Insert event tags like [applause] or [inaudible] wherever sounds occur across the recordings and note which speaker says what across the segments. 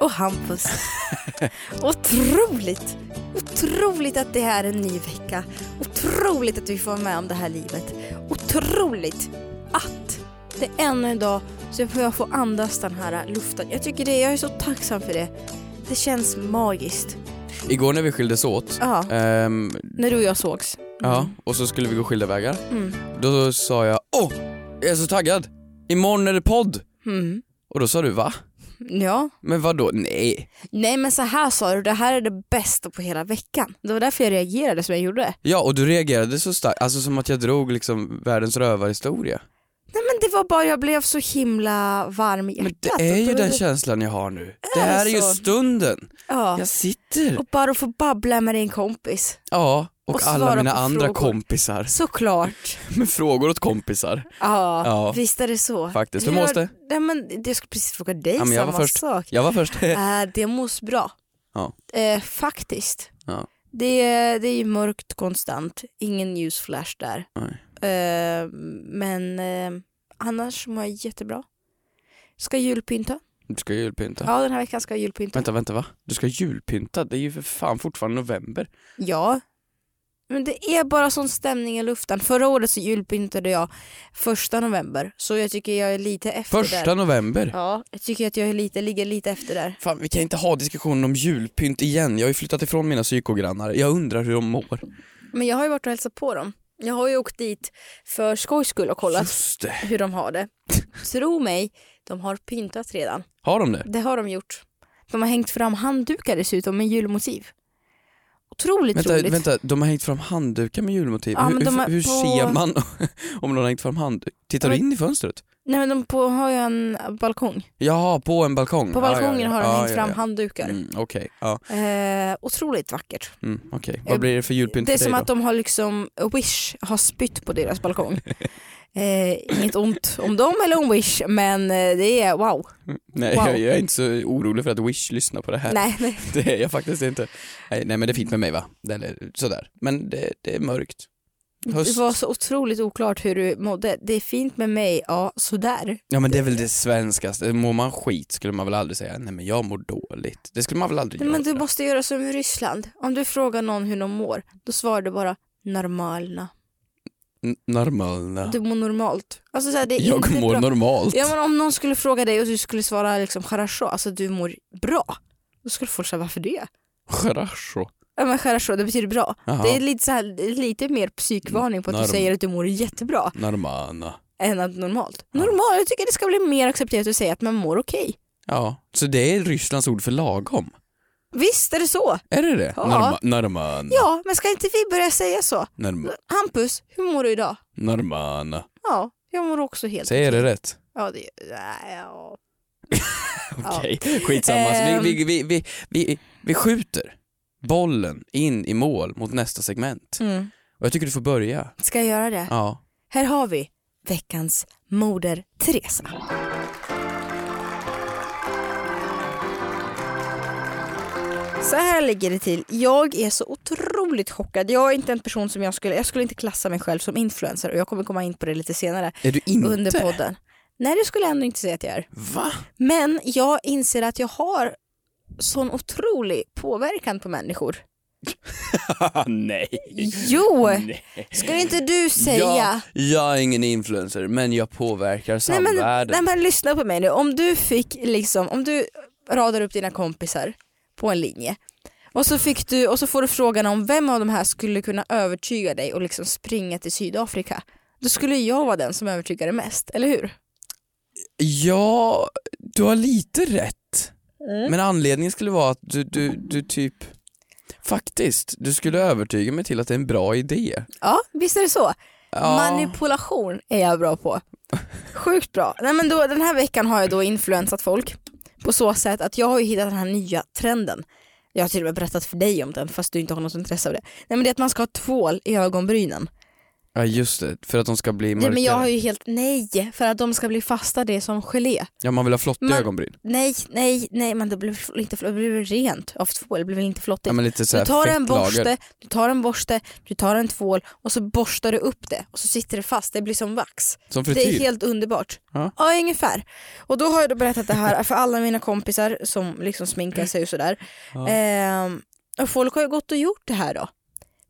Speaker 1: och Hampus. Otroligt! Otroligt att det här är en ny vecka. Otroligt att vi får vara med om det här livet. Otroligt att det är ännu en dag så får jag få andas den här luften. Jag tycker det, jag är så tacksam för det. Det känns magiskt.
Speaker 2: Igår när vi skildes åt,
Speaker 1: Ja,
Speaker 2: ehm,
Speaker 1: när du och jag sågs.
Speaker 2: ja, och så skulle vi gå skilda vägar.
Speaker 1: Mm.
Speaker 2: Då sa jag åh, jag är så taggad. Imorgon är det podd.
Speaker 1: Mm.
Speaker 2: Och då sa du va?
Speaker 1: Ja.
Speaker 2: Men vad då? Nej.
Speaker 1: Nej men så här sa du, det här är det bästa på hela veckan. Det var därför jag reagerade som jag gjorde.
Speaker 2: Ja och du reagerade så starkt, alltså som att jag drog liksom världens rövarhistoria.
Speaker 1: Nej men det var bara, jag blev så himla varm i
Speaker 2: Men
Speaker 1: hjärtat.
Speaker 2: det är ju
Speaker 1: Och då-
Speaker 2: den känslan jag har nu. Det
Speaker 1: Är det
Speaker 2: här är ju
Speaker 1: så?
Speaker 2: stunden.
Speaker 1: Ja.
Speaker 2: Jag sitter.
Speaker 1: Och bara att få babbla med din kompis.
Speaker 2: Ja, och
Speaker 1: och
Speaker 2: alla
Speaker 1: svara
Speaker 2: mina
Speaker 1: på
Speaker 2: andra
Speaker 1: frågor.
Speaker 2: kompisar. [laughs]
Speaker 1: Såklart.
Speaker 2: Med frågor åt kompisar.
Speaker 1: Ja,
Speaker 2: Ja.
Speaker 1: visst är det så.
Speaker 2: Faktiskt. Hur mås det?
Speaker 1: Nej, men jag skulle precis fråga dig
Speaker 2: Ja, men jag var
Speaker 1: samma
Speaker 2: först.
Speaker 1: sak.
Speaker 2: Jag var
Speaker 1: [laughs]
Speaker 2: först.
Speaker 1: Äh, det mås bra.
Speaker 2: Ja.
Speaker 1: Eh, faktiskt.
Speaker 2: Ja.
Speaker 1: Det, är- det är ju mörkt konstant, ingen ljusflash där.
Speaker 2: Nej.
Speaker 1: Eh, men eh, annars mår jag jättebra. Ska julpynta.
Speaker 2: Du ska ju julpynta.
Speaker 1: Ja, den här veckan ska jag julpynta.
Speaker 2: Vänta, vänta va? Du ska julpynta? Det är ju för fan fortfarande november.
Speaker 1: Ja. Men det är bara sån stämning i luften. Förra året så julpyntade jag första november. Så jag tycker jag är lite efter
Speaker 2: Första
Speaker 1: där.
Speaker 2: november?
Speaker 1: Ja, jag tycker att jag är lite, ligger lite efter där.
Speaker 2: Fan vi kan inte ha diskussionen om julpynt igen. Jag har ju flyttat ifrån mina psykogrannar. Jag undrar hur de mår.
Speaker 1: Men jag har ju varit och hälsat på dem. Jag har ju åkt dit för skojs skull och
Speaker 2: [laughs]
Speaker 1: kollat
Speaker 2: Just det.
Speaker 1: hur de har det. Tro mig, de har pyntat redan.
Speaker 2: Har de det?
Speaker 1: Det har de gjort. De har hängt fram handdukar dessutom med julmotiv. Otroligt
Speaker 2: Vänta,
Speaker 1: roligt.
Speaker 2: vänta, de har hängt fram handdukar med julmotiv.
Speaker 1: Ja,
Speaker 2: hur
Speaker 1: men de
Speaker 2: hur,
Speaker 1: är
Speaker 2: hur
Speaker 1: på-
Speaker 2: ser man [laughs] om de har hängt fram handdukar? Tittar du
Speaker 1: Men-
Speaker 2: in i fönstret?
Speaker 1: Nej men de på, har ju en balkong.
Speaker 2: Jaha, på en balkong?
Speaker 1: På
Speaker 2: Mm. Ja, ja,
Speaker 1: balkongen
Speaker 2: ja.
Speaker 1: har de
Speaker 2: Ja,
Speaker 1: hängt
Speaker 2: ja,
Speaker 1: fram
Speaker 2: ja.
Speaker 1: handdukar.
Speaker 2: Mm, Okej, ja.
Speaker 1: Eh, otroligt vackert.
Speaker 2: Mm, okej. Vad blir det för julpynt
Speaker 1: Eh, Det är
Speaker 2: för
Speaker 1: som
Speaker 2: dig
Speaker 1: att
Speaker 2: då?
Speaker 1: de har liksom, Wish har spytt på
Speaker 2: [laughs]
Speaker 1: deras balkong. eh, inget ont om dem eller om Wish men eh, det är wow.
Speaker 2: Nej,
Speaker 1: Wow.
Speaker 2: jag, jag är inte så orolig för att Wish lyssnar på det här.
Speaker 1: Nej, nej.
Speaker 2: [laughs] Det är jag faktiskt inte. Nej, nej men det är fint med mig va? Eller sådär. Men det, det är mörkt.
Speaker 1: Det
Speaker 2: Höst.
Speaker 1: var så otroligt oklart hur du mådde. Det är fint med mig, ja sådär.
Speaker 2: Ja men det är väl det svenskaste. Mår man skit skulle man väl aldrig säga nej men jag mår dåligt. Det skulle man väl aldrig
Speaker 1: Nej,
Speaker 2: göra.
Speaker 1: men du måste göra som i Ryssland. Om du frågar någon hur de mår, då svarar du bara normalna.
Speaker 2: N- Normalna.
Speaker 1: Du mår normalt. Alltså, så här, det är
Speaker 2: Jag
Speaker 1: inte
Speaker 2: mår
Speaker 1: bra.
Speaker 2: normalt.
Speaker 1: Ja, men om någon skulle fråga dig och du skulle svara liksom хорошо, alltså du mår bra. Då skulle folk säga varför det?
Speaker 2: Хорошо.
Speaker 1: Ja men хорошо, det betyder bra.
Speaker 2: Jaha.
Speaker 1: Det är lite, så här, lite mer psykvarning på att
Speaker 2: Norm.
Speaker 1: du säger att du mår jättebra
Speaker 2: Normana.
Speaker 1: än att normalt. Normalt, jag tycker det ska bli mer accepterat att säga att man mår okej.
Speaker 2: Ja, så det är Rysslands ord för lagom.
Speaker 1: Visst är det så?
Speaker 2: Är det det?
Speaker 1: Ja.
Speaker 2: Norma, normana.
Speaker 1: Ja, men ska inte vi börja säga så?
Speaker 2: Norma,
Speaker 1: Hampus, hur mår du idag?
Speaker 2: normana.
Speaker 1: Ja, jag mår också helt
Speaker 2: Säger jag det rätt?
Speaker 1: Ja, det... nej, Ja.
Speaker 2: Okej, skitsamma. Så vi, vi, vi,
Speaker 1: Ehm.
Speaker 2: vi, vi, vi skjuter bollen in i mål mot nästa segment.
Speaker 1: Mm.
Speaker 2: Och jag tycker du får börja.
Speaker 1: Ska jag göra det?
Speaker 2: Ja.
Speaker 1: Här har vi veckans moder Teresa. Så här ligger det till. Jag är så otroligt chockad. Jag är inte en person som jag skulle... Jag skulle inte klassa mig själv som influencer och jag kommer komma in på det lite senare
Speaker 2: Är du inte?
Speaker 1: under podden. Nej, det skulle jag ändå inte säga att jag är.
Speaker 2: Va?
Speaker 1: Men jag inser att jag har sån otrolig påverkan på människor.
Speaker 2: Nej.
Speaker 1: Jo! Skulle inte du säga?
Speaker 2: Jag, jag är ingen influencer men jag påverkar
Speaker 1: Nej men,
Speaker 2: samvärlden.
Speaker 1: nej men lyssna på mig nu, om du fick liksom, om du radar upp dina kompisar på en linje och så, fick du, och så får du frågan om vem av de här skulle kunna övertyga dig och liksom springa till Sydafrika. Då skulle jag vara den som övertygade mest, eller hur?
Speaker 2: Ja, du har lite rätt.
Speaker 1: Mm.
Speaker 2: Men anledningen skulle vara att du, du, du typ Faktiskt, du skulle övertyga mig till att det är en bra idé.
Speaker 1: Ja, visst är det så.
Speaker 2: Ja.
Speaker 1: Manipulation är jag bra på. Sjukt bra. Nej, men då, den här veckan har jag då influensat folk På så sätt att jag har ju hittat den här nya trenden. Jag har till och med berättat för dig om den fast du inte har något intresse av det. Nej men det är att man ska ha tvål i ögonbrynen.
Speaker 2: Ja just det, för att de ska bli
Speaker 1: Nej
Speaker 2: mörkare.
Speaker 1: men jag har ju helt, nej för att de ska bli fasta det är som gelé.
Speaker 2: Ja man vill ha flottiga
Speaker 1: Man-
Speaker 2: ögonbryn.
Speaker 1: Nej, nej, nej men det blir fl- inte fl- det blir väl rent av tvål, det blir väl inte flottigt.
Speaker 2: Ja, men lite så här
Speaker 1: du tar en
Speaker 2: fettlager.
Speaker 1: borste, du tar en borste, du tar en tvål och så borstar du upp det och så sitter det fast, det blir som vax.
Speaker 2: Som
Speaker 1: Det är
Speaker 2: frityr.
Speaker 1: helt underbart.
Speaker 2: Ja.
Speaker 1: Ja ungefär. Och då har jag då berättat det här för alla mina kompisar som liksom sminkar sig och sådär. Ehm, och folk har ju gått och gjort det här då.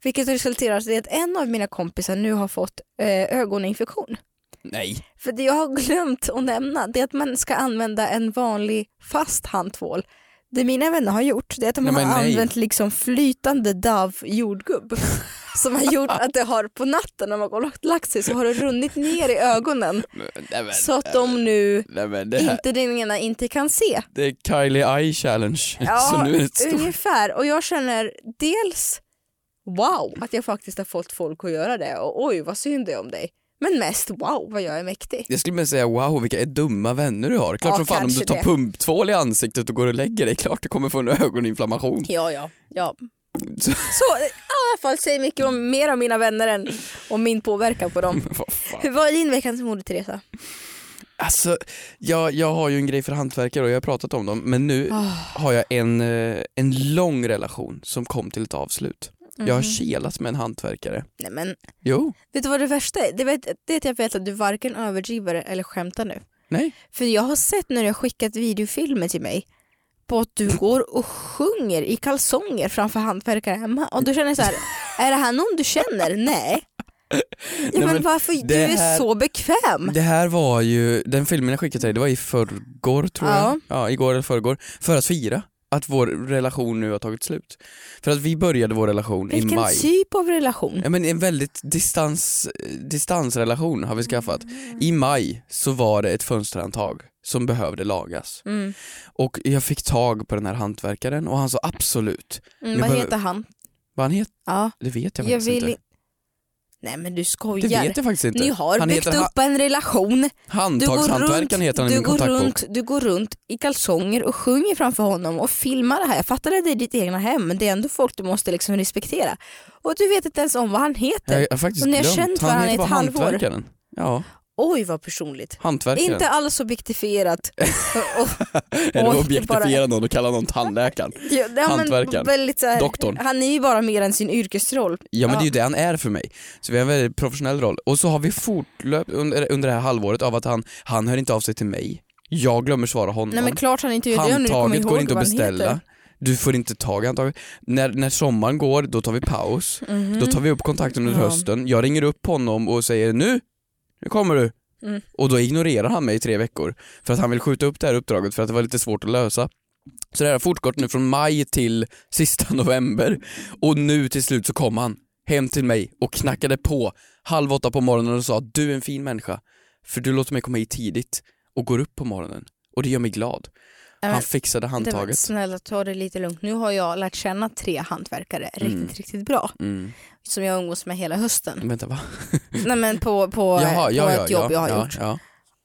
Speaker 1: Vilket resulterar i att en av mina kompisar nu har fått eh, ögoninfektion.
Speaker 2: Nej.
Speaker 1: För det jag har [laughs] glömt att nämna det är att man ska använda en vanlig fast handtvål. Det mina vänner har gjort det är att de
Speaker 2: Nej,
Speaker 1: har
Speaker 2: men nej.
Speaker 1: använt liksom flytande Dove
Speaker 2: [laughs]
Speaker 1: jordgubb som har gjort att det har på natten när man har lagt- lagt sig så har det runnit ner i ögonen
Speaker 2: Nej [laughs] men,
Speaker 1: så att de nu
Speaker 2: nej, men det, här,
Speaker 1: inte den ena inte kan se.
Speaker 2: det är Kylie Eye Challenge. [laughs] så nu är det ett stort...
Speaker 1: ungefär. Och jag känner dels wow att jag faktiskt har fått folk att göra det och oj vad synd det är om dig. Men mest wow vad jag är mäktig.
Speaker 2: Jag skulle mer säga wow vilka är dumma vänner du har. Klart
Speaker 1: Ja,
Speaker 2: som fan om du
Speaker 1: kanske
Speaker 2: tar
Speaker 1: det.
Speaker 2: pumptvål i ansiktet och går och lägger dig, klart du kommer få en ögoninflammation.
Speaker 1: Ja, ja. ja.
Speaker 2: Så-
Speaker 1: Så, i alla fall säger mycket om mer om mina vänner än om min påverkan på dem.
Speaker 2: [laughs] Vad fan.
Speaker 1: Hur var din veckans mode Teresa?
Speaker 2: Alltså, jag, jag har ju en grej för hantverkare och jag har pratat om dem, men nu
Speaker 1: Ah.
Speaker 2: har jag en, eh, en lång relation som kom till ett avslut. Jag
Speaker 1: Mhm.
Speaker 2: har kelat med en hantverkare.
Speaker 1: Nej men,
Speaker 2: Jo,
Speaker 1: vet du vad det värsta är? Det, vet, det är att jag vet att du varken överdriver eller skämtar nu.
Speaker 2: nej.
Speaker 1: För jag har sett när du har skickat videofilmer till mig på att du går och sjunger i kalsonger framför hantverkare hemma och du känner så här, är det här någon du känner? Nej. Ja, men,
Speaker 2: men
Speaker 1: varför?
Speaker 2: det
Speaker 1: Du
Speaker 2: här-
Speaker 1: är så bekväm.
Speaker 2: Det här var ju, den filmen jag skickade till dig, det var i förrgår tror jag.
Speaker 1: Ja.
Speaker 2: Ja, igår eller förrgår. För att fira att vår relation nu har tagit slut. För att vi började vår relation i
Speaker 1: Vilken
Speaker 2: maj.
Speaker 1: typ av relation?
Speaker 2: Ja, men en väldigt distans, eh, distansrelation har vi skaffat. I maj så var det ett fönsterhandtag som behövde lagas.
Speaker 1: Mm.
Speaker 2: Och jag fick tag på den här hantverkaren och han sa absolut.
Speaker 1: Mm,
Speaker 2: Jag
Speaker 1: vad
Speaker 2: behöver-
Speaker 1: heter han?
Speaker 2: Vad han heter,
Speaker 1: Ja.
Speaker 2: det vet jag,
Speaker 1: Jag
Speaker 2: faktiskt
Speaker 1: vill
Speaker 2: inte.
Speaker 1: inte. Nej men du
Speaker 2: Det
Speaker 1: skojar.
Speaker 2: vet jag faktiskt inte.
Speaker 1: Ni har
Speaker 2: han
Speaker 1: byggt
Speaker 2: heter ha-
Speaker 1: upp en relation. Du går runt,
Speaker 2: Handtagshantverkaren heter han i
Speaker 1: du,
Speaker 2: min
Speaker 1: går
Speaker 2: kontaktbok.
Speaker 1: runt, du går runt i kalsonger och sjunger framför honom och filmar det här. Jag fattar att det är ditt egna hem men det är ändå folk du måste liksom respektera. Och du vet inte ens om vad han heter.
Speaker 2: Jag har faktiskt
Speaker 1: Och ni har
Speaker 2: glömt.
Speaker 1: känt
Speaker 2: han
Speaker 1: varandra i
Speaker 2: heter
Speaker 1: ett
Speaker 2: bara
Speaker 1: halvår.
Speaker 2: hantverkaren. Ja,
Speaker 1: Oj vad personligt.
Speaker 2: hantverkaren.
Speaker 1: Inte alls objektifierat. och, och,
Speaker 2: [laughs] Eller
Speaker 1: och-
Speaker 2: objektifiera någon och kalla någon tandläkaren.
Speaker 1: bara- Ja, men
Speaker 2: Hantverkaren.
Speaker 1: Väldigt så här,
Speaker 2: Doktorn.
Speaker 1: Han är ju bara mer än sin yrkesroll.
Speaker 2: Ja men det är ju det han är för mig. Så vi har en väldigt professionell roll. Och så har vi fortlöpt under, under det här halvåret av att han, han hör inte av sig till mig. Jag glömmer svara honom.
Speaker 1: Nej men klart han inte gör det om du kommer
Speaker 2: Handtaget
Speaker 1: ihåg
Speaker 2: går inte att
Speaker 1: vad han
Speaker 2: beställa.
Speaker 1: heter.
Speaker 2: Du får inte tag i handtaget. När, när sommaren går, då tar vi paus. Då tar vi upp kontakten under
Speaker 1: Mhm. Ja.
Speaker 2: hösten. Jag ringer upp honom och säger nu, nu kommer du.
Speaker 1: Mm.
Speaker 2: Och då ignorerar han mig i tre veckor. För att han vill skjuta upp det här uppdraget för att det var lite svårt att lösa. Så det här har fortgått nu från maj till sista [laughs] november. Och nu till slut så kom han hem till mig och knackade på halv åtta på morgonen och sa du är en fin människa. För du låter mig komma hit tidigt och går upp på morgonen. Och det gör mig glad.
Speaker 1: Nej, men-
Speaker 2: Han fixade
Speaker 1: Nej, men
Speaker 2: handtaget.
Speaker 1: Snälla ta det lite lugnt. Nu har jag lärt känna tre hantverkare riktigt, riktigt bra.
Speaker 2: Mm.
Speaker 1: Som jag umgås med hela hösten.
Speaker 2: Vänta va?
Speaker 1: Nej men på, på, på ett jobb jag har
Speaker 2: Mm. ja,
Speaker 1: gjort.
Speaker 2: ja.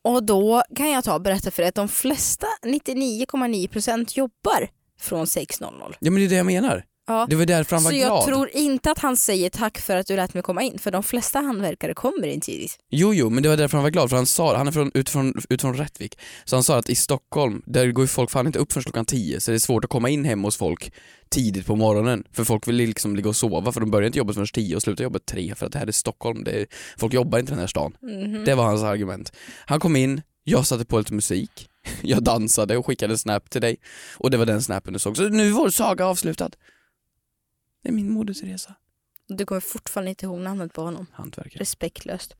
Speaker 1: Och då kan jag ta och berätta för er att de flesta, 99,9% jobbar från 6.00.
Speaker 2: ja men det är det jag menar.
Speaker 1: Ja.
Speaker 2: Det var därför han
Speaker 1: Så
Speaker 2: var
Speaker 1: jag
Speaker 2: glad.
Speaker 1: tror inte att han säger tack för att du lät mig komma in. För de flesta hantverkare kommer in tidigt.
Speaker 2: Jo jo men det var därför han var glad för han sa han är från, utifrån, utifrån Rättvik. Så han sa att i Stockholm där går ju folk fan inte upp förrän klockan 10 så det är svårt att komma in hem hos folk tidigt på morgonen. För folk vill liksom ligga och sova för de börjar inte jobbet förrän 10 och slutar jobbet 3 för att det här är Stockholm. Det är, folk jobbar inte i den här stan.
Speaker 1: Mhm.
Speaker 2: Det var hans argument. Han kom in, jag satte på lite musik, [laughs] jag dansade och skickade en snap till dig och det var den snappen du såg. Så nu är vår saga avslutad. Det är min moder Teresa.
Speaker 1: Och Du kommer fortfarande inte ihåg namnet på honom.
Speaker 2: Hantverkare.
Speaker 1: Respektlöst.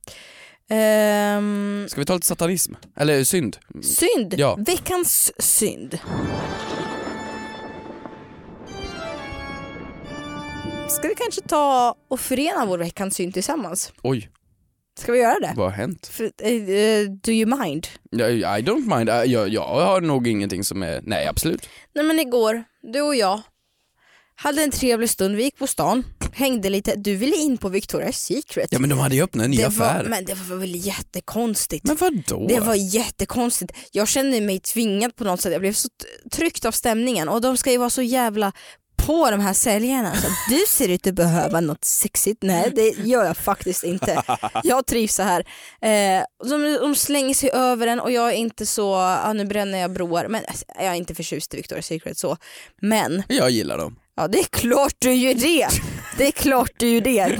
Speaker 1: Ehm,
Speaker 2: Ska vi ta lite satanism? Eller synd?
Speaker 1: synd.
Speaker 2: Ja.
Speaker 1: Veckans synd. Ska vi kanske ta och förena vår veckans synd tillsammans?
Speaker 2: Oj,
Speaker 1: Ska vi göra det?
Speaker 2: vad har hänt?
Speaker 1: För, eh, eh, do you mind?
Speaker 2: Jag- I don't mind, Äh, jag, jag, jag har nog ingenting som är... Nej absolut.
Speaker 1: Nej men igår, du och jag hade en trevlig stund. Vi gick på stan. hängde lite, du ville in på Victoria's Secret.
Speaker 2: Ja men de hade ju öppnat en ny
Speaker 1: det
Speaker 2: affär.
Speaker 1: var, men det var väl jättekonstigt.
Speaker 2: Men vadå?
Speaker 1: Det var jättekonstigt. Jag kände mig tvingad på något sätt. Jag blev så t- tryckt av stämningen och de ska ju vara så jävla på de här säljarna. Så att, du ser ut att behöva något sexigt. Nej det gör jag faktiskt inte. Jag trivs så här. Eh, de, de slänger sig över en och jag är inte så, ja, nu bränner jag broar. Men alltså, jag är inte förtjust i Victoria's Secret så. Men
Speaker 2: Jag gillar dem.
Speaker 1: Ja det är klart du gör det. Det är klart du gör det.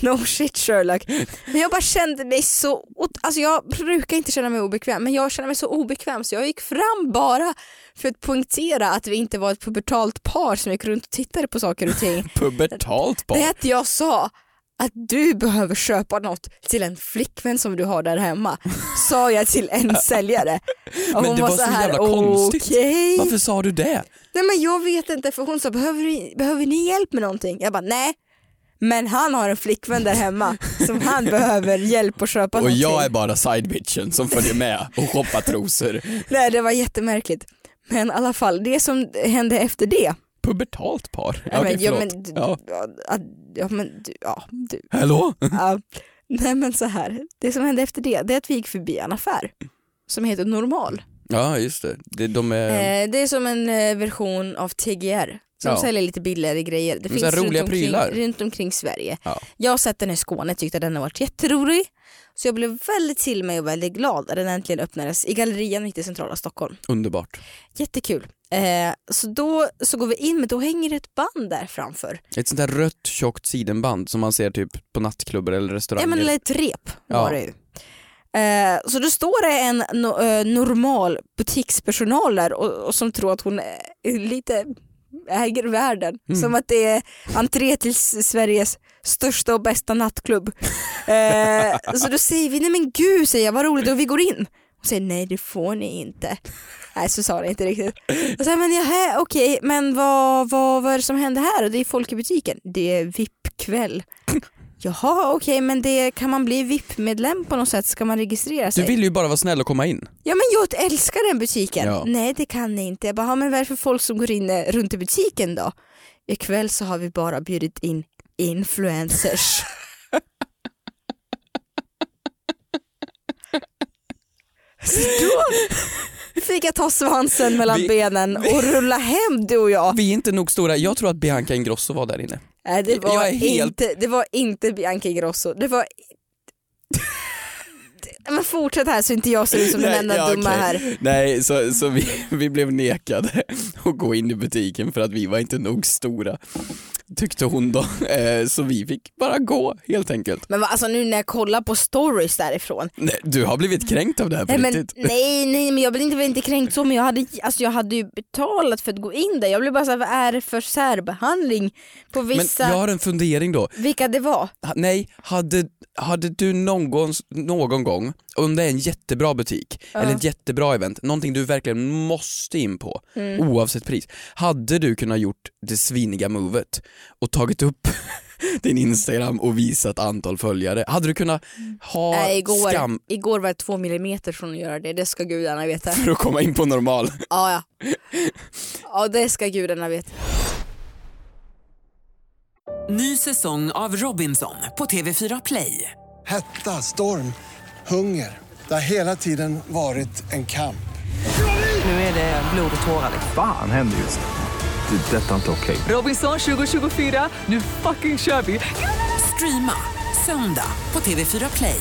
Speaker 1: No shit Sherlock. Men jag bara kände mig så, ot- alltså jag brukar inte känna mig obekväm men jag kände mig så obekväm så jag gick fram bara för att poängtera att vi inte var ett pubertalt par som gick runt och tittade på saker och ting.
Speaker 2: [laughs] Pubertalt barn.
Speaker 1: Det att jag sa att du behöver köpa något till en flickvän som du har där hemma sa jag till en säljare.
Speaker 2: [laughs]
Speaker 1: Och
Speaker 2: Men
Speaker 1: hon
Speaker 2: det var så
Speaker 1: här,
Speaker 2: jävla konstigt.
Speaker 1: "Okej."
Speaker 2: Varför sa du det?
Speaker 1: Nej men jag vet inte för hon sa behöver ni, behöver ni hjälp med någonting? Jag bara nej. Men han har en flickvän där hemma
Speaker 2: [laughs]
Speaker 1: som han behöver hjälp att köpa
Speaker 2: Och
Speaker 1: någonting.
Speaker 2: jag är bara sidebitchen som följer med och shoppar trosor.
Speaker 1: Nej det var jättemärkligt. Men i alla fall det som hände efter det.
Speaker 2: Pubertalt par.
Speaker 1: Ja,
Speaker 2: Okej,
Speaker 1: men, ja,
Speaker 2: förlåt.
Speaker 1: men, du-
Speaker 2: ja.
Speaker 1: ja, att- ja men du, ja du.
Speaker 2: Hallå?
Speaker 1: Ja. Nej men så här. Det som hände efter det det är att vi gick förbi en affär som heter Normal.
Speaker 2: Ja just det. det de är...
Speaker 1: Eh, det är som en eh, version av TGR som
Speaker 2: Ehm. Ja.
Speaker 1: säljer lite billigare grejer. Det
Speaker 2: Men så här roliga
Speaker 1: runt, omkring,
Speaker 2: prylar.
Speaker 1: runt omkring Sverige.
Speaker 2: Ja.
Speaker 1: Jag har sett den i Skåne tyckte att den har varit jätterolig. Så jag blev väldigt till mig och väldigt glad när den äntligen öppnades i gallerian mitt i centrala Stockholm.
Speaker 2: Underbart.
Speaker 1: Jättekul. Eh, så då så går vi in men då hänger det ett band där framför.
Speaker 2: Ett sånt där rött tjockt sidenband som man ser typ på nattklubbar eller
Speaker 1: Ja
Speaker 2: restauranger.
Speaker 1: men eller ett rep var
Speaker 2: Ja.
Speaker 1: det ju. Eh, så då står det en no, eh, normal butikspersonal där och, och som tror att hon är lite äger världen. Som att det är entré till S- Sveriges största och bästa nattklubb. Eh, så då säger vi, nej men gud säger jag, vad roligt och vi går in. Hon säger nej det får ni inte. Nej så sa det inte riktigt. Och sen, men jaha, okej men vad, vad, vad är det som händer här? Och det är folk i butiken. Det är VIP-kväll. [laughs] Jaha okej men det, kan man bli VIP-medlem på något sätt? Ska man registrera sig?
Speaker 2: Du ville ju bara vara snäll och komma in.
Speaker 1: Ja men jag älskar den butiken.
Speaker 2: Ja.
Speaker 1: Nej det kan ni inte. Jag bara, "Ja, men varför folk som går in eh, runt i butiken då? Ikväll så har vi bara bjudit in influencers. så då fick jag ta svansen mellan
Speaker 2: Vi-
Speaker 1: benen och rulla hem du och jag.
Speaker 2: Vi är inte nog stora, jag tror att Bianca Ingrosso var där inne.
Speaker 1: Nej, det, var
Speaker 2: Jag är helt-
Speaker 1: inte, det var inte Bianca Ingrosso.
Speaker 2: [laughs]
Speaker 1: Det var... Men fortsätt här så inte jag ser ut som den
Speaker 2: Nej,
Speaker 1: enda
Speaker 2: ja,
Speaker 1: dumma
Speaker 2: okej.
Speaker 1: här.
Speaker 2: Nej, så, så vi, vi blev nekade att gå in i butiken för att vi var inte nog stora, tyckte hon då. Eh, Så vi fick bara gå helt enkelt.
Speaker 1: Men vad- alltså nu när jag kollar på stories därifrån.
Speaker 2: Nej, du har blivit kränkt av det här på
Speaker 1: Nej men,
Speaker 2: riktigt.
Speaker 1: nej, nej men jag blev inte, blev inte kränkt så men jag hade, alltså, jag hade ju betalat för att gå in där. Jag blev bara såhär, vad är det för särbehandling på
Speaker 2: Men
Speaker 1: vissa,
Speaker 2: jag har en fundering då.
Speaker 1: vilka det var?
Speaker 2: Ha- Nej, hade, hade du någon, någon gång, om det är en jättebra butik eller ett jättebra event, någonting du verkligen måste in på
Speaker 1: Mm.
Speaker 2: oavsett pris, hade du kunnat gjort det sviniga movet och tagit upp [laughs] din Instagram och visat antal följare? Hade du kunnat ha
Speaker 1: Nej, igår,
Speaker 2: skam
Speaker 1: igår var det två millimeter från att göra det, det ska gudarna
Speaker 2: [laughs]
Speaker 1: veta.
Speaker 2: för att komma in på normal?
Speaker 1: ja, ja. ja det ska gudarna veta.
Speaker 3: Ny säsong av Robinson på TV4 Play.
Speaker 4: Hetta, storm, hunger. Det har hela tiden varit en kamp.
Speaker 3: Nu är det blod och tårar.
Speaker 5: Fan händer just det. Det är detta inte okej.
Speaker 3: Robinson 2024, nu fucking kör vi! Streama söndag på TV4 Play.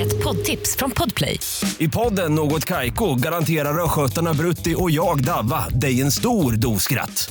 Speaker 6: Ett poddtips från Podplay.
Speaker 7: I podden Något Kaiko garanterar östgötarna Brutti och jag, Davva, dig en stor dos skratt.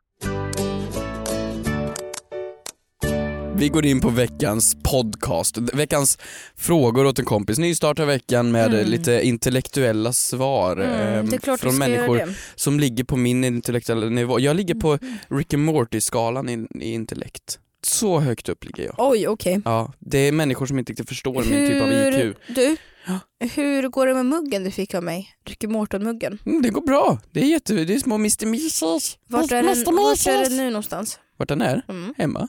Speaker 2: Vi går in på veckans podcast, veckans frågor åt en kompis. Nystartar veckan med eh, lite intellektuella svar
Speaker 1: Mm,
Speaker 2: ehm,
Speaker 1: det är klart vi
Speaker 2: från
Speaker 1: ska göra
Speaker 2: människor
Speaker 1: det.
Speaker 2: som ligger på min intellektuella nivå. Jag ligger på
Speaker 1: Mm.
Speaker 2: Rick and Morty-skalan i, i intellekt. Så högt upp ligger jag.
Speaker 1: Oj okej.
Speaker 2: typ Ja, det är människor som inte riktigt förstår min typ av IQ.
Speaker 1: Du, hur går det med muggen du fick av mig? Ricky Morton-muggen.
Speaker 2: Mm, det går bra. Det är jätte... Det är små Mr. Measles.
Speaker 1: Vart är, den, vart är den nu någonstans?
Speaker 2: Vart den är?
Speaker 1: Mm.
Speaker 2: Hemma.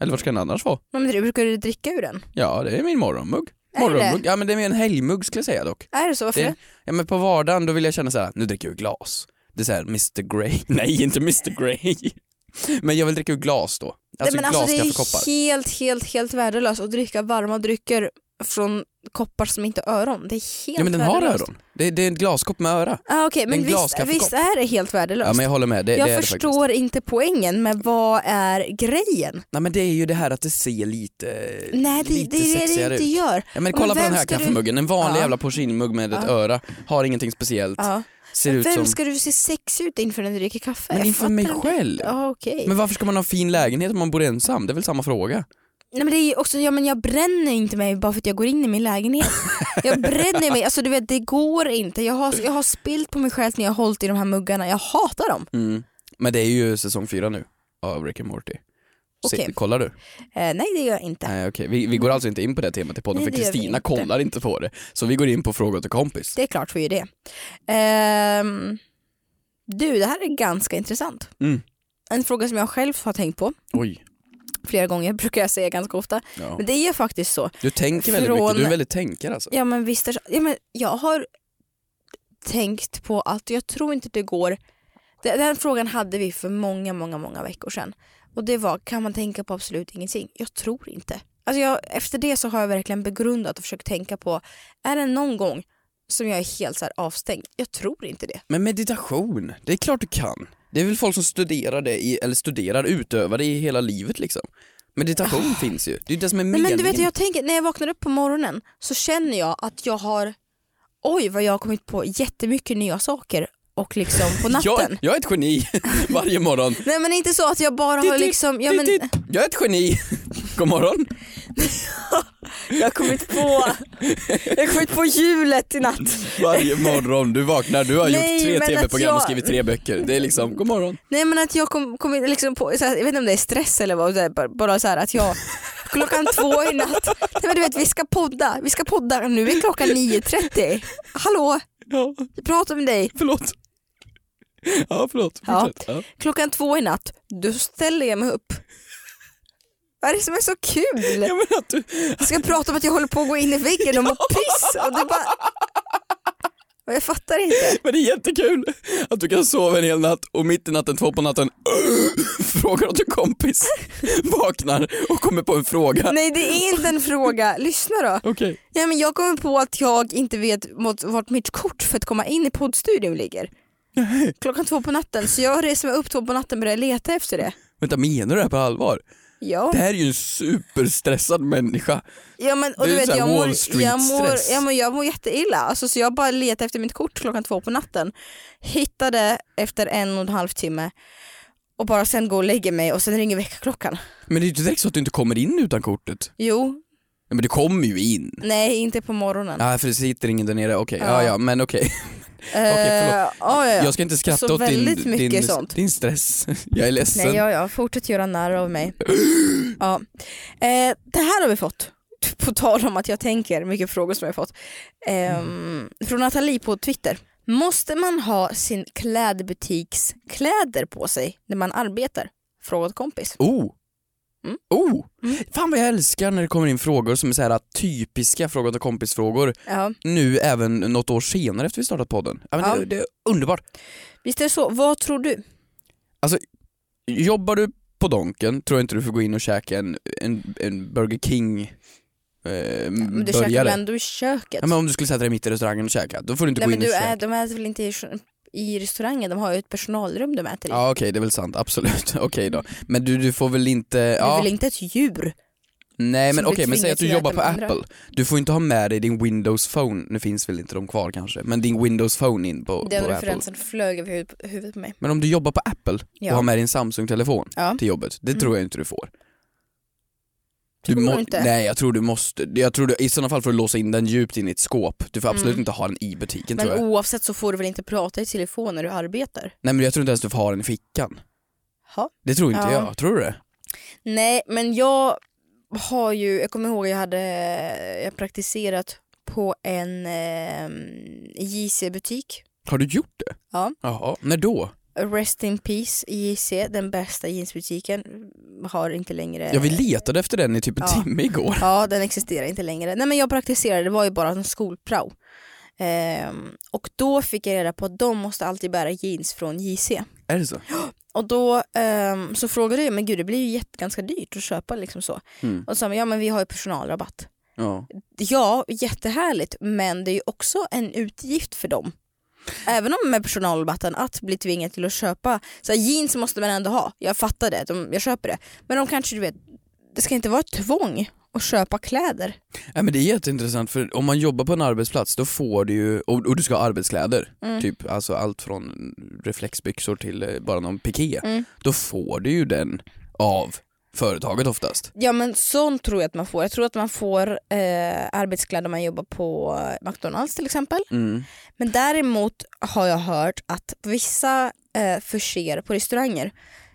Speaker 2: Eller vart ska den annars vara?
Speaker 1: Men du, brukar du dricka ur den?
Speaker 2: Ja, det är min morgonmugg.
Speaker 1: Är det?
Speaker 2: Morgonmugg? Ja men det är mer en helgmugg skulle jag säga dock.
Speaker 1: Är det så? Varför
Speaker 2: Det- alltså,
Speaker 1: det?
Speaker 2: Ja men på vardagen då vill jag känna så här: nu dricker jag ur glas. Det är såhär Mr Grey, [laughs] nej inte Mr Grey. Men jag vill dricka ur glas då. Alltså
Speaker 1: Nej, men
Speaker 2: glas
Speaker 1: alltså det är
Speaker 2: kaffekoppar.
Speaker 1: helt, helt, helt värdelöst att dricka varma drycker från koppar som inte har öron. Det är helt
Speaker 2: Ja men den har
Speaker 1: värdelöst.
Speaker 2: öron. Det, det är en glaskopp med öra.
Speaker 1: Ah,
Speaker 2: Det
Speaker 1: Okej,
Speaker 2: är en
Speaker 1: men visst,
Speaker 2: glaskaffekopp.
Speaker 1: visst är det helt värdelöst?
Speaker 2: Ja men jag håller med, det,
Speaker 1: jag
Speaker 2: det är det faktiskt.
Speaker 1: förstår inte poängen med vad är grejen?
Speaker 2: Nej men det är ju det här att det ser lite,
Speaker 1: Nej det,
Speaker 2: lite
Speaker 1: det är det
Speaker 2: sexigare
Speaker 1: det inte
Speaker 2: ut.
Speaker 1: gör.
Speaker 2: Ja, men
Speaker 1: Men
Speaker 2: kolla på
Speaker 1: vem
Speaker 2: den här
Speaker 1: ska du-
Speaker 2: kaffemuggen, en vanlig
Speaker 1: Ja.
Speaker 2: jävla porslinmugg med ett
Speaker 1: Ja.
Speaker 2: öra, har ingenting speciellt,
Speaker 1: Ja.
Speaker 2: ser
Speaker 1: Men
Speaker 2: ut
Speaker 1: Vem
Speaker 2: som...
Speaker 1: ska du se sexig ut inför när du dricker kaffe?
Speaker 2: Men
Speaker 1: Jag
Speaker 2: inför
Speaker 1: fattar
Speaker 2: mig
Speaker 1: inte.
Speaker 2: själv.
Speaker 1: Ja okej.
Speaker 2: Men varför ska man ha en fin lägenhet om man bor ensam? Det är väl samma fråga?
Speaker 1: Nej men det är ju också, ja men jag bränner ju inte mig bara för att jag går in i min lägenhet. jag bränner mig, alltså du vet det går inte. Jag har, jag har spilt på mig själv när jag har hållit i de här muggarna, jag hatar dem.
Speaker 2: Mm. Men det är ju säsong fyra nu av Rick and Morty. Se,
Speaker 1: Okej.
Speaker 2: Kollar du?
Speaker 1: Eh, nej det gör jag inte.
Speaker 2: Nej okej, vi, vi går alltså inte in på det temat i podden för
Speaker 1: Nej, det gör vi
Speaker 2: Kristina
Speaker 1: inte.
Speaker 2: kollar inte på det. Så vi går in på frågor till kompis.
Speaker 1: Det är klart vi gör det. Ehm, du, det här är ganska intressant.
Speaker 2: Mm.
Speaker 1: En fråga som jag själv har tänkt på
Speaker 2: Oj.
Speaker 1: flera gånger, [laughs] brukar jag säga ganska ofta.
Speaker 2: Ja.
Speaker 1: Men det är faktiskt så.
Speaker 2: Du tänker väldigt
Speaker 1: Från-
Speaker 2: mycket, du är väldigt tänkare alltså.
Speaker 1: Ja men visst är det så. ja, men Jag har tänkt på att jag tror inte det går. Den, den frågan hade vi för många, många, många veckor sedan. Och det var, kan man tänka på absolut ingenting? Jag tror inte. Alltså jag, efter det så har jag verkligen begrundat och försökt tänka på, är det någon gång som jag är helt så här avstängd? Jag tror inte det.
Speaker 2: Men meditation, det är klart du kan. Det är väl folk som studerar det, i, eller studerar, utövar det i hela livet liksom. Meditation finns ju, det är ju det som är
Speaker 1: Nej,
Speaker 2: meningen.
Speaker 1: Ah. men du vet, jag tänker, när jag vaknar upp på morgonen så känner jag att jag har, oj vad jag har kommit på jättemycket nya saker och liksom på natten.
Speaker 2: [laughs] jag, jag är ett geni [laughs] varje morgon.
Speaker 1: Nej men inte så att jag bara har liksom, ja, men,
Speaker 2: Titt, titt. Jag är ett geni. God morgon.
Speaker 1: jag har kommit på, jag har kommit på hjulet i natt.
Speaker 2: Varje morgon du vaknar, du har
Speaker 1: Nej,
Speaker 2: gjort
Speaker 1: men
Speaker 2: tre
Speaker 1: att
Speaker 2: tv-program och
Speaker 1: jag-
Speaker 2: skrivit tre böcker. Det är liksom, god morgon.
Speaker 1: Nej men att jag kom, kommit liksom på, så här, jag vet inte om det är stress eller vad, det är bara- bara så här att jag Klockan två i natt. Nej, men du vet, vi ska podda. Vi ska podda. Nu är klockan 9.30. Hallå,
Speaker 2: Ja,
Speaker 1: jag pratar med dig.
Speaker 2: förlåt. Ja, förlåt.
Speaker 1: Ja.
Speaker 2: Fortsätt. Ja.
Speaker 1: Klockan två i natt, då ställer jag mig upp. Vad är det som är så kul?
Speaker 2: Jag menar att du...
Speaker 1: Jag ska prata om att jag håller på att gå in i väggen och må piss. Och du bara... Och jag fattar inte.
Speaker 2: Men det är jättekul att du kan sova en hel natt och mitt i natten, två på natten, [laughs] frågar åt en kompis, [laughs] vaknar och kommer på en fråga.
Speaker 1: Nej det är inte en fråga. Lyssna då.
Speaker 2: Okej.
Speaker 1: Ja, men jag kommer på att jag inte vet mot- vart mitt kort för att komma in i poddstudion ligger. Klockan två på natten så jag reser mig upp två på natten och börjar leta efter det.
Speaker 2: Vänta, menar du det här på allvar?
Speaker 1: Ja.
Speaker 2: Det här är ju en superstressad människa.
Speaker 1: Ja men och
Speaker 2: Det är så
Speaker 1: du vet
Speaker 2: här
Speaker 1: jag
Speaker 2: Wall
Speaker 1: mår, jag
Speaker 2: Street-stress.
Speaker 1: mår, jag mår, jag mår jätteilla, alltså, så jag bara letade efter mitt kort klockan två på natten. Hittade efter en och en halv timme och bara sen går och lägger mig och sen ringer väckarklockan.
Speaker 2: Men det är ju inte direkt så att du inte kommer in utan kortet.
Speaker 1: Jo,
Speaker 2: Ja, men du kommer ju in.
Speaker 1: nej inte på morgonen.
Speaker 2: Ja, för det sitter ingen där nere. Okej, ja,
Speaker 1: Ja.
Speaker 2: ja, men okej.
Speaker 1: Eh,
Speaker 2: okej,
Speaker 1: ja, ja, ja.
Speaker 2: Jag ska inte skratta
Speaker 1: Så
Speaker 2: åt din,
Speaker 1: väldigt mycket
Speaker 2: din,
Speaker 1: sånt.
Speaker 2: din stress. [laughs] Jag är ledsen.
Speaker 1: Nej ja, ja, fortsätt göra narr av mig. ja. eh, det här har vi fått, på tal om att jag tänker, mycket frågor som jag har fått.
Speaker 2: Mm.
Speaker 1: Ehm, från Nathalie på Twitter. Måste man ha sin klädbutiks kläder på sig när man arbetar? Frågat kompis.
Speaker 2: Oh!
Speaker 1: Mm.
Speaker 2: Oh!
Speaker 1: Mm.
Speaker 2: Fan vad jag älskar när det kommer in frågor som är så här typiska frågor till kompisfrågor
Speaker 1: Ja.
Speaker 2: nu även något år senare efter vi startat podden. Ja, men
Speaker 1: Ja.
Speaker 2: Det, det är underbart.
Speaker 1: Visst är det så, vad tror du?
Speaker 2: Jobbar du på Donken tror jag inte du får gå in och käka en, en, en Burger King eh,
Speaker 1: Men du käkar
Speaker 2: burgare.
Speaker 1: väl ändå i köket?
Speaker 2: Ja, men om du skulle sätta dig mitt i restaurangen och käka, då får du inte
Speaker 1: Nej,
Speaker 2: gå
Speaker 1: men
Speaker 2: in och
Speaker 1: du
Speaker 2: käka.
Speaker 1: är, de äter väl inte i, i restaurangen, de har ju ett personalrum de äter i.
Speaker 2: Ja okej, det är väl sant, absolut. [laughs] Okej då. Men du, du får väl inte...
Speaker 1: Du är
Speaker 2: ja.
Speaker 1: väl inte ett djur?
Speaker 2: Nej
Speaker 1: Som
Speaker 2: men
Speaker 1: du
Speaker 2: okej, men säg
Speaker 1: tvingas
Speaker 2: att du
Speaker 1: till att
Speaker 2: jobbar
Speaker 1: äta
Speaker 2: på
Speaker 1: med andra.
Speaker 2: Apple. Du får inte ha med dig din Windows Phone, nu finns väl inte de kvar kanske, men din Windows Phone in på,
Speaker 1: Den
Speaker 2: på Apple.
Speaker 1: referensen flög över huvud- huvudet på mig.
Speaker 2: Men om du jobbar på Apple
Speaker 1: Ja.
Speaker 2: och har med din Samsung-telefon
Speaker 1: Ja. Mm.
Speaker 2: till jobbet, det tror jag inte du får.
Speaker 1: Tror
Speaker 2: må-
Speaker 1: du inte?
Speaker 2: Nej jag tror du måste, jag tror du, i sådana fall får du låsa in den djupt in i ett skåp. Du får absolut
Speaker 1: Mm.
Speaker 2: inte ha den i butiken
Speaker 1: Men
Speaker 2: tror jag.
Speaker 1: oavsett så får du väl inte prata i telefon när du arbetar?
Speaker 2: Nej men jag tror inte ens du får ha den i fickan.
Speaker 1: Ha.
Speaker 2: Det tror inte
Speaker 1: Ja.
Speaker 2: jag, tror du det?
Speaker 1: Nej, men jag har ju, jag kommer ihåg jag hade jag praktiserat på en eh, JC-butik.
Speaker 2: Har du gjort det?
Speaker 1: Ja.
Speaker 2: Jaha, när då?
Speaker 1: Rest in peace JC, den bästa jeansbutiken, har inte längre...
Speaker 2: Ja vi letade efter den i typ en
Speaker 1: Eh. Ja.
Speaker 2: timme igår.
Speaker 1: Ja, den existerar inte längre. Nej men jag praktiserade, det var ju bara en skolprao. Ehm, och då fick jag reda på att de måste alltid bära jeans från JC.
Speaker 2: Är det så?
Speaker 1: Och då ehm, så frågade jag, men gud det blir ju jätte, ganska dyrt att köpa liksom så.
Speaker 2: Mm.
Speaker 1: Och så sa de, ja men vi har ju personalrabatt.
Speaker 2: Ja.
Speaker 1: Ja, jättehärligt, men det är ju också en utgift för dem. Även om med personalrabatten, att bli tvingad till att köpa, så här, jeans måste man ändå ha, jag fattar det, de, jag köper det. Men de kanske, du vet, det ska inte vara ett tvång att köpa kläder.
Speaker 2: Nej men det är jätteintressant för om man jobbar på en arbetsplats då får du ju, och, och du ska ha arbetskläder,
Speaker 1: Mm.
Speaker 2: typ alltså allt från reflexbyxor till eh, bara någon piké,
Speaker 1: Mm.
Speaker 2: då får du ju den av företaget oftast.
Speaker 1: Ja men sånt tror jag att man får. Jag tror att man får eh, arbetskläder om man jobbar på McDonalds till exempel.
Speaker 2: Mm.
Speaker 1: Men däremot har jag hört att vissa eh, förser på restauranger.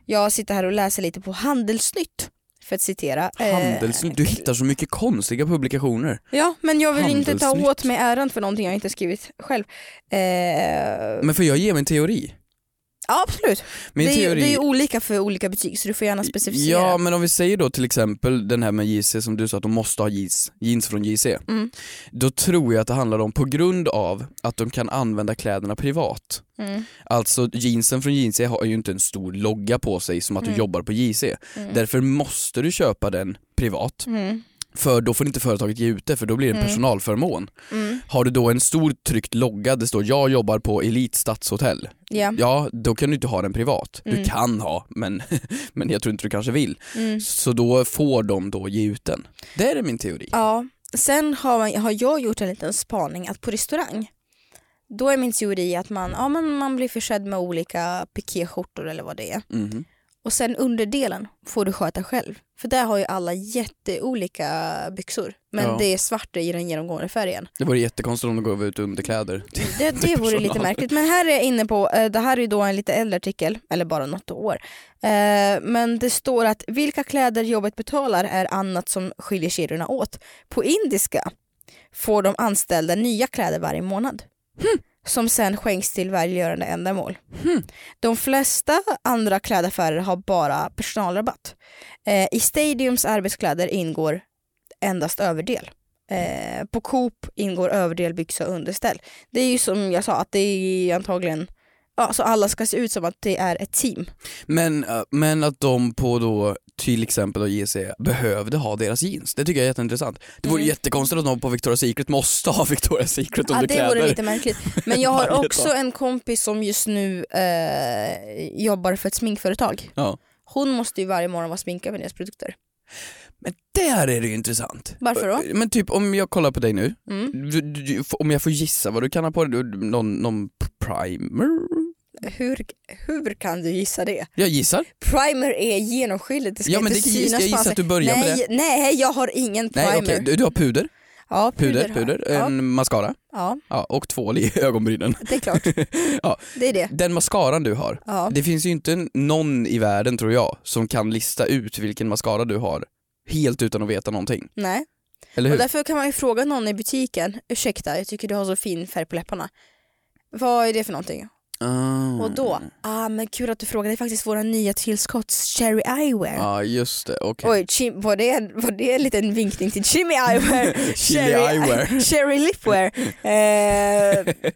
Speaker 1: Jag sitter här och läser lite på Handelsnytt för att citera. eh,
Speaker 2: Handels, du hittar så mycket konstiga publikationer.
Speaker 1: Ja men jag vill inte ta
Speaker 2: Handelsnytt.
Speaker 1: åt mig äran för någonting jag inte skrivit själv. Eh,
Speaker 2: Men för jag ger min teori.
Speaker 1: ja absolut.
Speaker 2: Min
Speaker 1: det, är, ju-
Speaker 2: teori...
Speaker 1: det är ju olika för olika butik så du får gärna specificera.
Speaker 2: Ja men om vi säger då till exempel den här med JC som du sa att de måste ha jeans, jeans från JC. Då tror jag att det handlar om på grund av att de kan använda kläderna privat. Alltså jeansen från JC har ju inte en stor logga på sig som att du jobbar på JC. Därför måste du köpa den privat. För då får inte företaget ge ut det för då blir det en personalförmån. Har du då en stor tryckt logga det står jag jobbar på Elite Stadshotell.
Speaker 1: Ja. Mm.
Speaker 2: Ja, då kan du inte ha den privat. Du kan ha, men, [laughs] men jag tror inte du kanske vill. Så då får de då ge ut den. Det är min teori.
Speaker 1: Ja, sen har, man, har jag gjort en liten spaning att på restaurang då är min teori att man, ja, men man blir försedd med olika pikéskjortor eller vad det är.
Speaker 2: Mhm.
Speaker 1: Och sen underdelen får du sköta själv. För där har ju alla jätteolika byxor. Men
Speaker 2: Ja.
Speaker 1: det är svart i den genomgående färgen.
Speaker 2: Det vore jättekonstigt om de går ut underkläder.
Speaker 1: Det, det vore lite märkligt. Men här är jag inne på, eh, det här är ju då en lite äldre artikel, eller bara något år. Eh, Men det står att vilka kläder jobbet betalar är annat som skiljer kedjorna åt. På indiska får de anställda nya kläder varje månad. Som sen skänks till välgörande ändamål. De flesta andra klädaffärer har bara personalrabatt. Eh, I Stadiums arbetskläder ingår endast överdel. Eh, på Coop ingår överdel, byxa och underställ. Det är ju som jag sa att det är antagligen, ja så alla ska se ut som att det är ett team.
Speaker 2: Men, eh, men att de på då till exempel då JC behövde ha deras jeans. Det tycker jag är jätteintressant. Det vore jättekonstigt att någon på Victoria's Secret måste ha [laughs] Victoria's Secret
Speaker 1: Mm. Ja, det
Speaker 2: underkläder.
Speaker 1: vore lite märkligt. Men jag har
Speaker 2: [laughs] Varje
Speaker 1: också
Speaker 2: dag.
Speaker 1: en kompis som just nu eh, jobbar för ett sminkföretag.
Speaker 2: Ja.
Speaker 1: Hon måste ju varje morgon vara sminkad med deras produkter.
Speaker 2: Men där är det ju intressant.
Speaker 1: Varför då? Mm.
Speaker 2: Men typ om jag kollar på dig nu, du, du, du, om jag får gissa vad du kan ha på dig, du- någon, någon primer?
Speaker 1: Hur, hur kan du gissa det?
Speaker 2: Jag gissar.
Speaker 1: Primer är genomskinligt, det ska
Speaker 2: Ja, men
Speaker 1: inte
Speaker 2: det kan- jag
Speaker 1: synas.
Speaker 2: gissar
Speaker 1: fan.
Speaker 2: att du börjar med
Speaker 1: nej, Nej, jag har ingen primer.
Speaker 2: Nej okej, du, du har puder,
Speaker 1: ja,
Speaker 2: puder,
Speaker 1: har
Speaker 2: puder, ehm.
Speaker 1: jag.
Speaker 2: en mascara
Speaker 1: Ja,
Speaker 2: ja, och tvål i [laughs] ögonbrynen.
Speaker 1: ja, det är klart.
Speaker 2: [laughs] Ja.
Speaker 1: Det är det.
Speaker 2: Den mascaran du har,
Speaker 1: Ja.
Speaker 2: det finns ju inte någon i världen tror jag som kan lista ut vilken mascara du har helt utan att veta någonting.
Speaker 1: Nej.
Speaker 2: Eller hur?
Speaker 1: Och därför kan man ju fråga någon i butiken, ursäkta jag tycker du har så fin färg på läpparna. Vad är det för någonting?
Speaker 2: Ah.
Speaker 1: Och då, ah men kul att du frågar, det är faktiskt våra nya tillskott Cherry Eyewear.
Speaker 2: Ja just det, Ah, okej.
Speaker 1: Oj, chim- var, det, var det en liten vinkning till
Speaker 2: [laughs]
Speaker 1: Jimmy Eyewear?
Speaker 2: Chili Eyewear.
Speaker 1: [laughs] Cherry Lipwear. Eh,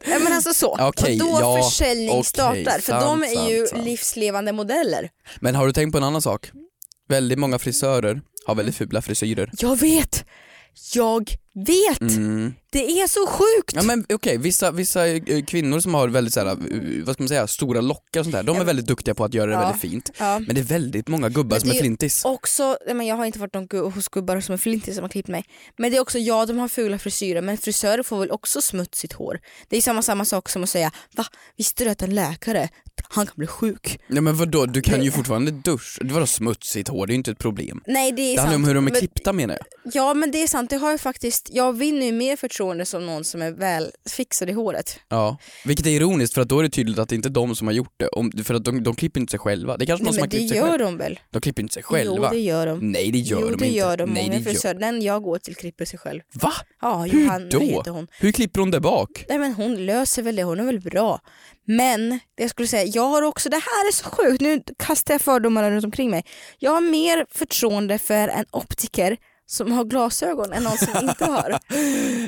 Speaker 1: nej, men alltså så.
Speaker 2: [laughs] Okej,
Speaker 1: och då
Speaker 2: ja,
Speaker 1: försäljning
Speaker 2: okej,
Speaker 1: startar, för
Speaker 2: sant,
Speaker 1: de är ju
Speaker 2: sant, sant.
Speaker 1: livslevande modeller.
Speaker 2: Men har du tänkt på en annan sak? Väldigt många frisörer har väldigt
Speaker 1: Mm.
Speaker 2: fula frisyrer.
Speaker 1: Jag vet! Jag vet! Det är så sjukt!
Speaker 2: Mm. Ja men okej, vissa, vissa eh, kvinnor som har väldigt så här, eh, vad ska man säga, stora lockar och sånt där, de är väldigt duktiga på att göra det väldigt fint.
Speaker 1: ja.
Speaker 2: Men det är väldigt många gubbar som är
Speaker 1: det är ju
Speaker 2: flintis.
Speaker 1: Också, nej, men jag har inte varit någon gu- hos gubbar som är flintis som har klippt mig. Men det är också, ja de har fula frisyrer men frisörer får väl också smutsigt hår. Det är samma, samma sak som att säga, va visste du att en läkare, han kan bli sjuk.
Speaker 2: Nej men vadå, du kan ju fortfarande duscha. Vadå smutsigt hår, det är ju inte ett problem.
Speaker 1: Nej det är
Speaker 2: Det handlar
Speaker 1: sant.
Speaker 2: om hur de är
Speaker 1: men,
Speaker 2: klippta menar jag.
Speaker 1: Ja men det är sant, det har jag faktiskt Fast jag vinner ju mer förtroende som någon som är välfixad i håret.
Speaker 2: Ja. Vilket är ironiskt för att då är det tydligt att det inte är de som har gjort det, om, för att de, de klipper inte sig själva. Det är kanske någon
Speaker 1: Nej,
Speaker 2: som har
Speaker 1: men det
Speaker 2: klippt sig
Speaker 1: gör
Speaker 2: själv.
Speaker 1: de väl?
Speaker 2: De klipper inte sig själva.
Speaker 1: Jo det gör de.
Speaker 2: Nej det gör
Speaker 1: jo,
Speaker 2: de
Speaker 1: det
Speaker 2: inte.
Speaker 1: Gör de.
Speaker 2: Nej,
Speaker 1: Många
Speaker 2: det gör...
Speaker 1: frisörer, den jag går till klipper sig själv.
Speaker 2: Va?
Speaker 1: Ja,
Speaker 2: Hur
Speaker 1: Johanna
Speaker 2: då?
Speaker 1: heter hon.
Speaker 2: Hur klipper hon där bak?
Speaker 1: Nej men hon löser väl det, hon är väl bra. Men det jag skulle säga, jag har också, det här är så sjukt, nu kastar jag fördomarna runt omkring mig. Jag har mer förtroende för en optiker som har glasögon än någon som
Speaker 2: [laughs]
Speaker 1: inte har.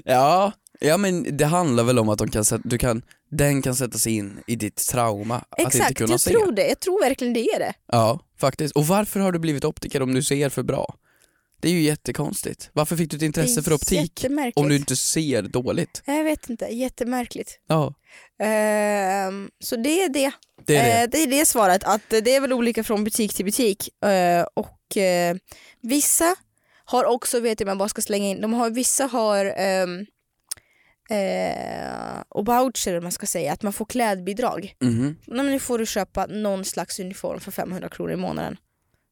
Speaker 2: Ja, ja men det handlar väl om att de kan, sätta- du kan, den kan sätta sig in i ditt trauma. att inte
Speaker 1: Exakt,
Speaker 2: kunna
Speaker 1: jag
Speaker 2: se.
Speaker 1: tror det. Jag tror verkligen det är det.
Speaker 2: Ja, faktiskt. Och varför har du blivit optiker om du ser för bra? Det är ju jättekonstigt. Varför fick du ett intresse
Speaker 1: Det är
Speaker 2: för optik
Speaker 1: jättemärkligt.
Speaker 2: om du inte ser dåligt?
Speaker 1: Jag vet inte, jättemärkligt.
Speaker 2: Ja,
Speaker 1: Ehm, så det är det.
Speaker 2: det är det.
Speaker 1: Eh, det är det svaret, att eh, det är väl olika från butik till butik. Eh, och eh, vissa har också, vet jag man bara ska slänga in, de har, vissa har ehm, eh, och voucher eller vad man ska säga, att man får klädbidrag.
Speaker 2: Mhm.
Speaker 1: Nej, men nu får du köpa någon slags uniform för 500 kronor i månaden.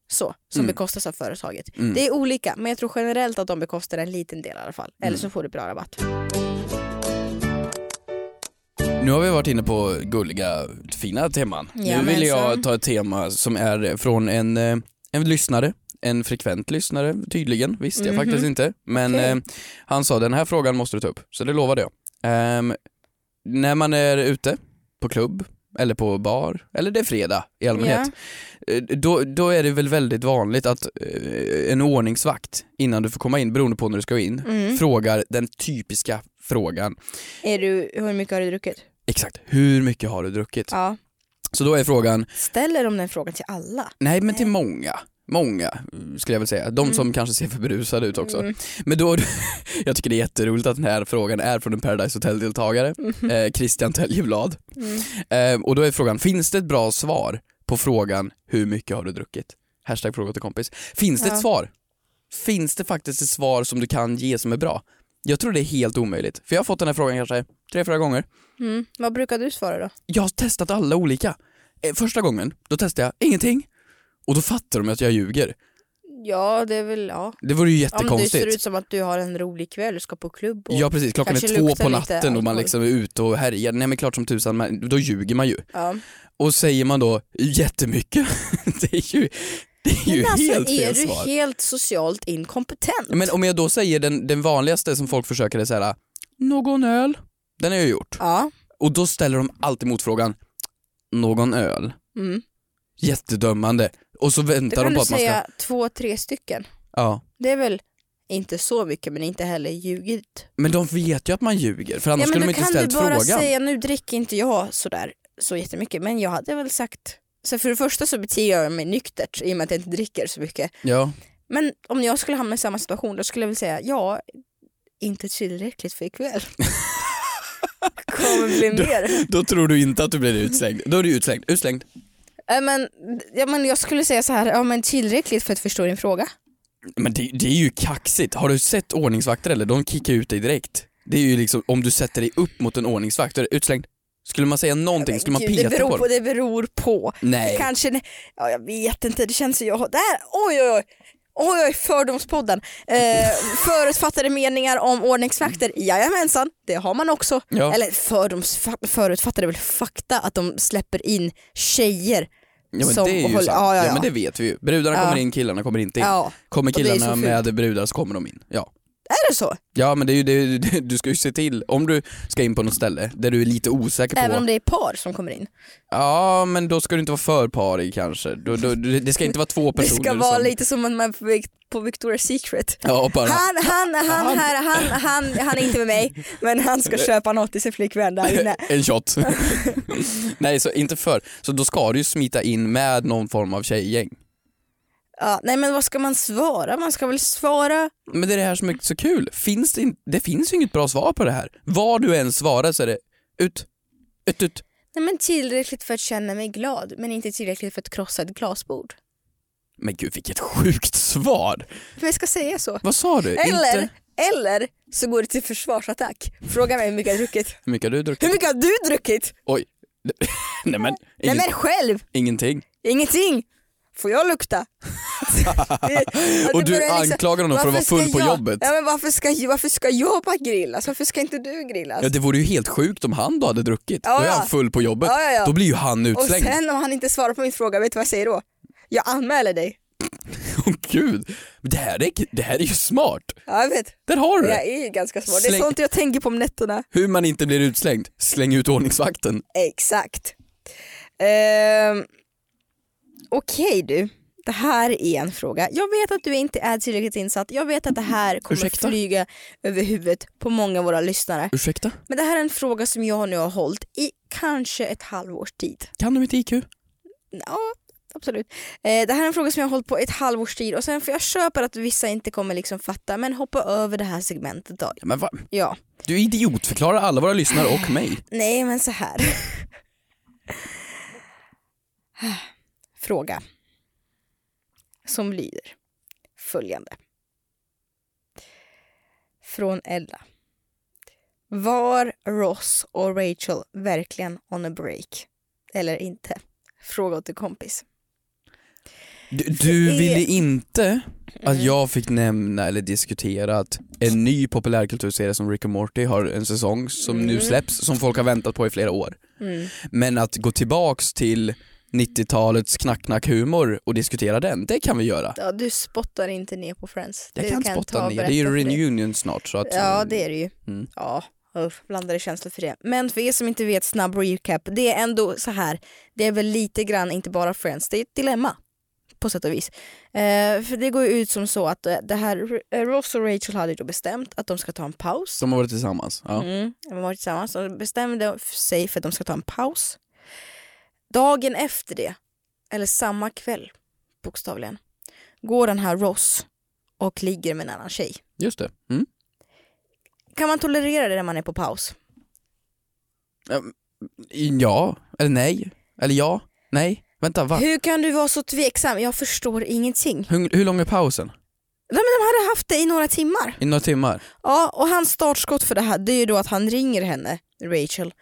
Speaker 1: Så, som
Speaker 2: Mm.
Speaker 1: bekostas av företaget. Det är olika, men jag tror generellt att de bekostar en liten del i alla fall.
Speaker 2: Mm.
Speaker 1: Eller så får du bra rabatt.
Speaker 2: Nu har vi varit inne på gulliga, fina teman. nu
Speaker 1: Jajamensan.
Speaker 2: vill jag ta ett tema som är från en, eh, en lyssnare. En frekvent lyssnare tydligen, visste jag faktiskt inte. Men
Speaker 1: Mhm. Okej.
Speaker 2: eh, han sa den här frågan måste du ta upp, så det lovade jag. Ehm, när man är ute på klubb eller på bar, eller det är fredag i allmänhet, eh, då, då är det väl väldigt vanligt att eh, en ordningsvakt innan du får komma in, beroende på när du ska in, frågar den typiska frågan
Speaker 1: Mm. Är du, hur mycket har du druckit?
Speaker 2: Exakt, hur mycket har du druckit?
Speaker 1: Ja.
Speaker 2: Så då är frågan,
Speaker 1: Ställer de den frågan till alla?
Speaker 2: nej men till många, många mm, skulle jag väl säga, de som kanske ser för berusade ut också. Men då, [laughs] jag tycker det är jätteroligt att den här frågan är från en Paradise Hotel-deltagare, eh, Christian Täljeblad. Eh, och då är frågan, finns det ett bra svar på frågan hur mycket har du druckit? Hashtag fråga till kompis. Finns det ett svar? Finns det faktiskt ett svar som du kan ge som är bra? Jag tror det är helt omöjligt, för jag har fått den här frågan kanske tre, fyra gånger.
Speaker 1: Vad brukar du svara då?
Speaker 2: jag har testat alla olika. Eh, Första gången, då testade jag ingenting. Och då fattar de att jag ljuger.
Speaker 1: Ja, det är väl, ja.
Speaker 2: Det vore ju
Speaker 1: Om du ser
Speaker 2: jättekonstigt.
Speaker 1: ut som att du har en rolig kväll, du ska på klubb och...
Speaker 2: Ja precis, klockan
Speaker 1: kanske
Speaker 2: är två
Speaker 1: luktar
Speaker 2: på
Speaker 1: lite
Speaker 2: natten och man
Speaker 1: alkohol.
Speaker 2: liksom är ute och härjar. Nej men klart som tusan, men då ljuger man ju.
Speaker 1: Ja.
Speaker 2: Och säger man då jättemycket, [laughs] det är ju, det är ju
Speaker 1: Men alltså,
Speaker 2: helt
Speaker 1: är
Speaker 2: fel
Speaker 1: du
Speaker 2: svar.
Speaker 1: helt socialt inkompetent?
Speaker 2: Men om jag då säger den, den vanligaste som folk försöker är såhär, någon öl? Den har jag gjort.
Speaker 1: Ja.
Speaker 2: Och då ställer de alltid motfrågan, någon öl?
Speaker 1: Mm.
Speaker 2: Jättedömande. Och så
Speaker 1: Då
Speaker 2: väntar
Speaker 1: kan
Speaker 2: de på
Speaker 1: du
Speaker 2: att man
Speaker 1: säga
Speaker 2: ska...
Speaker 1: två, tre stycken.
Speaker 2: Ja.
Speaker 1: Det är väl inte så mycket men inte heller ljugit.
Speaker 2: Men de vet ju att man ljuger för annars
Speaker 1: ja, men
Speaker 2: skulle de
Speaker 1: då
Speaker 2: inte
Speaker 1: kan
Speaker 2: ställt
Speaker 1: du bara
Speaker 2: frågan.
Speaker 1: säga nu dricker inte jag sådär så jättemycket men jag hade väl sagt så för det första så beter jag mig nyktert i och med att jag inte dricker så mycket.
Speaker 2: Ja,
Speaker 1: Men om jag skulle hamna i samma situation då skulle jag väl säga ja, inte tillräckligt för ikväll. Kommer bli mer.
Speaker 2: då tror du inte att du blir utslängd. Då är du utslängd. Utslängd.
Speaker 1: Äh, Men, ja, men jag skulle säga så här, ja men tillräckligt för att förstå din fråga.
Speaker 2: Men det, det är ju kaxigt. Har du sett ordningsvakter eller? De kickar ut dig direkt. Det är ju liksom om du sätter dig upp mot en ordningsvakt, då är det utslängd. Skulle man säga någonting, skulle man
Speaker 1: Gud, det
Speaker 2: peta
Speaker 1: beror
Speaker 2: på
Speaker 1: på,
Speaker 2: dem?
Speaker 1: det beror på.
Speaker 2: Nej.
Speaker 1: Kanske, ja, jag vet inte, det känns som jag har, där, oj oj oj. Oj, oj, fördomspodden.
Speaker 2: [laughs]
Speaker 1: Eh, förutfattade meningar om ordningsvakter, jajamensan, det har man också.
Speaker 2: Ja.
Speaker 1: Eller fördoms, förutfattade är väl fakta att de släpper in tjejer.
Speaker 2: Ja men
Speaker 1: som
Speaker 2: det är ju
Speaker 1: håller-
Speaker 2: sant.
Speaker 1: ja, ja, ja.
Speaker 2: men det vet vi ju. Brudarna kommer in, killarna kommer inte in.
Speaker 1: Ja.
Speaker 2: Kommer
Speaker 1: Och det är så
Speaker 2: killarna
Speaker 1: fult.
Speaker 2: med brudar så kommer de in. Ja.
Speaker 1: Är det så?
Speaker 2: Ja men det är ju [laughs] det, det, du ska ju se till, om du ska in på något ställe där du är lite osäker på
Speaker 1: Även om det är par som kommer in.
Speaker 2: Ja, men då ska du inte vara för parig kanske. Då, då, det ska inte vara två
Speaker 1: [laughs] Det
Speaker 2: personer
Speaker 1: ska vara
Speaker 2: som...
Speaker 1: lite som om man är på Vic- på Victoria's Secret.
Speaker 2: Ja, och bara...
Speaker 1: Han, han, han, här, han, han, han är inte med mig men han ska
Speaker 2: Eh.
Speaker 1: köpa något till sin flickvän
Speaker 2: [laughs]
Speaker 1: där inne.
Speaker 2: En
Speaker 1: [laughs]
Speaker 2: shot. Nej, så inte för. Så då ska du ju smita in med någon form av tjejgäng.
Speaker 1: Ja, nej men vad ska man svara? Man ska väl svara...
Speaker 2: Men det är det här som är så kul. Finns det, in... det finns ju inget bra svar på det här. Vad du än svarar så är det ut, ut, ut.
Speaker 1: Nej men tillräckligt för att känna mig glad men inte tillräckligt för att krossa ett glasbord.
Speaker 2: Men gud vilket sjukt svar!
Speaker 1: Men jag ska säga så.
Speaker 2: Vad sa du?
Speaker 1: Eller,
Speaker 2: Inte
Speaker 1: eller så går det till försvarsattack. Fråga mig hur mycket jag har druckit.
Speaker 2: hur mycket har du
Speaker 1: Hur
Speaker 2: druckit?
Speaker 1: mycket har du druckit?
Speaker 2: Oj. [laughs] Nej men,
Speaker 1: Nej
Speaker 2: ingen...
Speaker 1: men själv!
Speaker 2: ingenting.
Speaker 1: Ingenting! får
Speaker 2: [laughs]
Speaker 1: jag lukta? Det- att
Speaker 2: Och
Speaker 1: det
Speaker 2: du
Speaker 1: börjar liksom,
Speaker 2: anklagar honom för att
Speaker 1: varför
Speaker 2: vara full
Speaker 1: ska
Speaker 2: på
Speaker 1: jag,
Speaker 2: jobbet?
Speaker 1: Ja, men varför, ska, varför ska jag bara grillas? Varför ska inte du grillas?
Speaker 2: Ja, det vore ju helt sjukt om han då hade druckit.
Speaker 1: Alltså- Ja,
Speaker 2: då är
Speaker 1: ja.
Speaker 2: han full på jobbet.
Speaker 1: Ja, ja, ja.
Speaker 2: Då blir ju han
Speaker 1: och
Speaker 2: utslängd.
Speaker 1: sen om han inte svarar på min fråga, vet du vad jag säger då? Jag anmäler dig.
Speaker 2: [laughs] Åh gud, Men det här, är, det här är ju smart.
Speaker 1: Ja, jag vet.
Speaker 2: Där har du
Speaker 1: Jag
Speaker 2: det.
Speaker 1: är ganska smart. Det är
Speaker 2: Släng-
Speaker 1: sånt jag tänker på om nätterna.
Speaker 2: Hur man inte blir utslängd. Släng ut ordningsvakten.
Speaker 1: Exakt. Ehm, Okej du, det här är en fråga. Jag vet att du inte är tillräckligt insatt. Jag vet att det här kommer
Speaker 2: Ursäkta?
Speaker 1: flyga över huvudet på många av våra lyssnare.
Speaker 2: Ursäkta,
Speaker 1: Men det här är en fråga som jag nu har hållit i kanske ett halvårs tid.
Speaker 2: kan du mitt IQ?
Speaker 1: Ja, absolut. Eh, det här är en fråga som jag har hållit på i ett halvårs tid och sen för jag köper att vissa inte kommer liksom fatta men hoppa över det här segmentet då.
Speaker 2: Men va?
Speaker 1: Ja.
Speaker 2: Du idiotförklarar alla våra lyssnare och mig.
Speaker 1: Nej, men så här. [laughs] Fråga. Som lyder följande. Från Ella. Var Ross och Rachel verkligen on a break? Eller inte? Fråga åt en kompis.
Speaker 2: Du, du
Speaker 1: är-
Speaker 2: ville inte att
Speaker 1: Mm.
Speaker 2: jag fick nämna eller diskutera att en ny populärkulturserie som Rick and Morty har en säsong som
Speaker 1: Mm.
Speaker 2: nu släpps, som folk har väntat på i flera år. Men att gå tillbaks till 90-talets knack-knack-humor och diskutera den, det kan vi göra.
Speaker 1: Ja, du spottar inte ner på Friends.
Speaker 2: Jag
Speaker 1: Det
Speaker 2: kan
Speaker 1: jag ta
Speaker 2: spotta
Speaker 1: och
Speaker 2: ner, det är ju
Speaker 1: berätta för dig.
Speaker 2: reunion snart så att...
Speaker 1: Ja det är det ju.
Speaker 2: Mm.
Speaker 1: Ja, uff, blandade känslor för det. Men för er som inte vet, snabb recap. Det är ändå så här, det är väl lite grann inte bara Friends, det är ett dilemma. På sätt och vis. Eh, för det går ju ut som så att eh, det här, eh, Ross och Rachel hade ju då bestämt att de ska ta en paus.
Speaker 2: De har varit tillsammans, ja.
Speaker 1: Mm, de har varit tillsammans och bestämde för sig för att de ska ta en paus. Dagen efter det, eller samma kväll bokstavligen, går den här Ross och ligger med en annan tjej.
Speaker 2: Just det. Mm.
Speaker 1: Kan man tolerera det när man är på paus?
Speaker 2: Ja, eller nej, eller ja, nej, vänta va?
Speaker 1: Hur kan du vara så tveksam? Jag förstår ingenting.
Speaker 2: Hur, hur lång är pausen?
Speaker 1: Nej, men de hade haft det i några timmar.
Speaker 2: I några timmar?
Speaker 1: Ja, och hans startskott för det här det är ju då att han ringer henne, Rachel.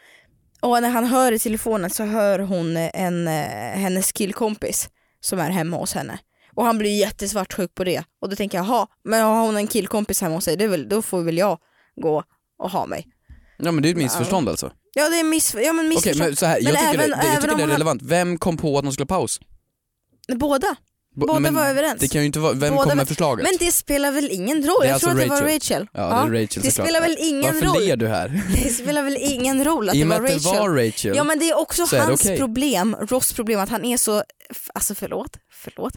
Speaker 1: Och när han hör i telefonen så hör hon en, eh, hennes killkompis som är hemma hos henne. Och han blir jättesvartsjuk på det. Och då tänker jag, jaha, men har hon en killkompis hemma hos sig, det är väl, då får väl jag gå och ha mig.
Speaker 2: Ja men det är ett missförstånd alltså.
Speaker 1: Ja, det är miss... Ja, men
Speaker 2: Okej
Speaker 1: missförstånd.
Speaker 2: men så här, jag tycker,
Speaker 1: även-
Speaker 2: det, det, jag
Speaker 1: även
Speaker 2: tycker
Speaker 1: om
Speaker 2: det är
Speaker 1: han-
Speaker 2: relevant. Vem kom på att de skulle ha paus?
Speaker 1: Båda.
Speaker 2: Bo-
Speaker 1: Båda
Speaker 2: men
Speaker 1: var överens.
Speaker 2: Det kan ju inte vara, vem
Speaker 1: Båda
Speaker 2: kom
Speaker 1: var-
Speaker 2: med förslaget?
Speaker 1: Men det spelar väl ingen roll?
Speaker 2: Det är
Speaker 1: Jag
Speaker 2: alltså
Speaker 1: tror att det var
Speaker 2: Rachel.
Speaker 1: Rachel.
Speaker 2: Ja, det är Rachel
Speaker 1: det
Speaker 2: såklart.
Speaker 1: spelar väl ingen
Speaker 2: Varför
Speaker 1: roll?
Speaker 2: ler du här?
Speaker 1: Det spelar väl ingen roll att
Speaker 2: I
Speaker 1: det
Speaker 2: och med
Speaker 1: var
Speaker 2: att det
Speaker 1: Rachel.
Speaker 2: var Rachel.
Speaker 1: Ja men det är också
Speaker 2: så är det
Speaker 1: hans
Speaker 2: okej.
Speaker 1: problem, Ross problem, att han är så, f- alltså förlåt, förlåt,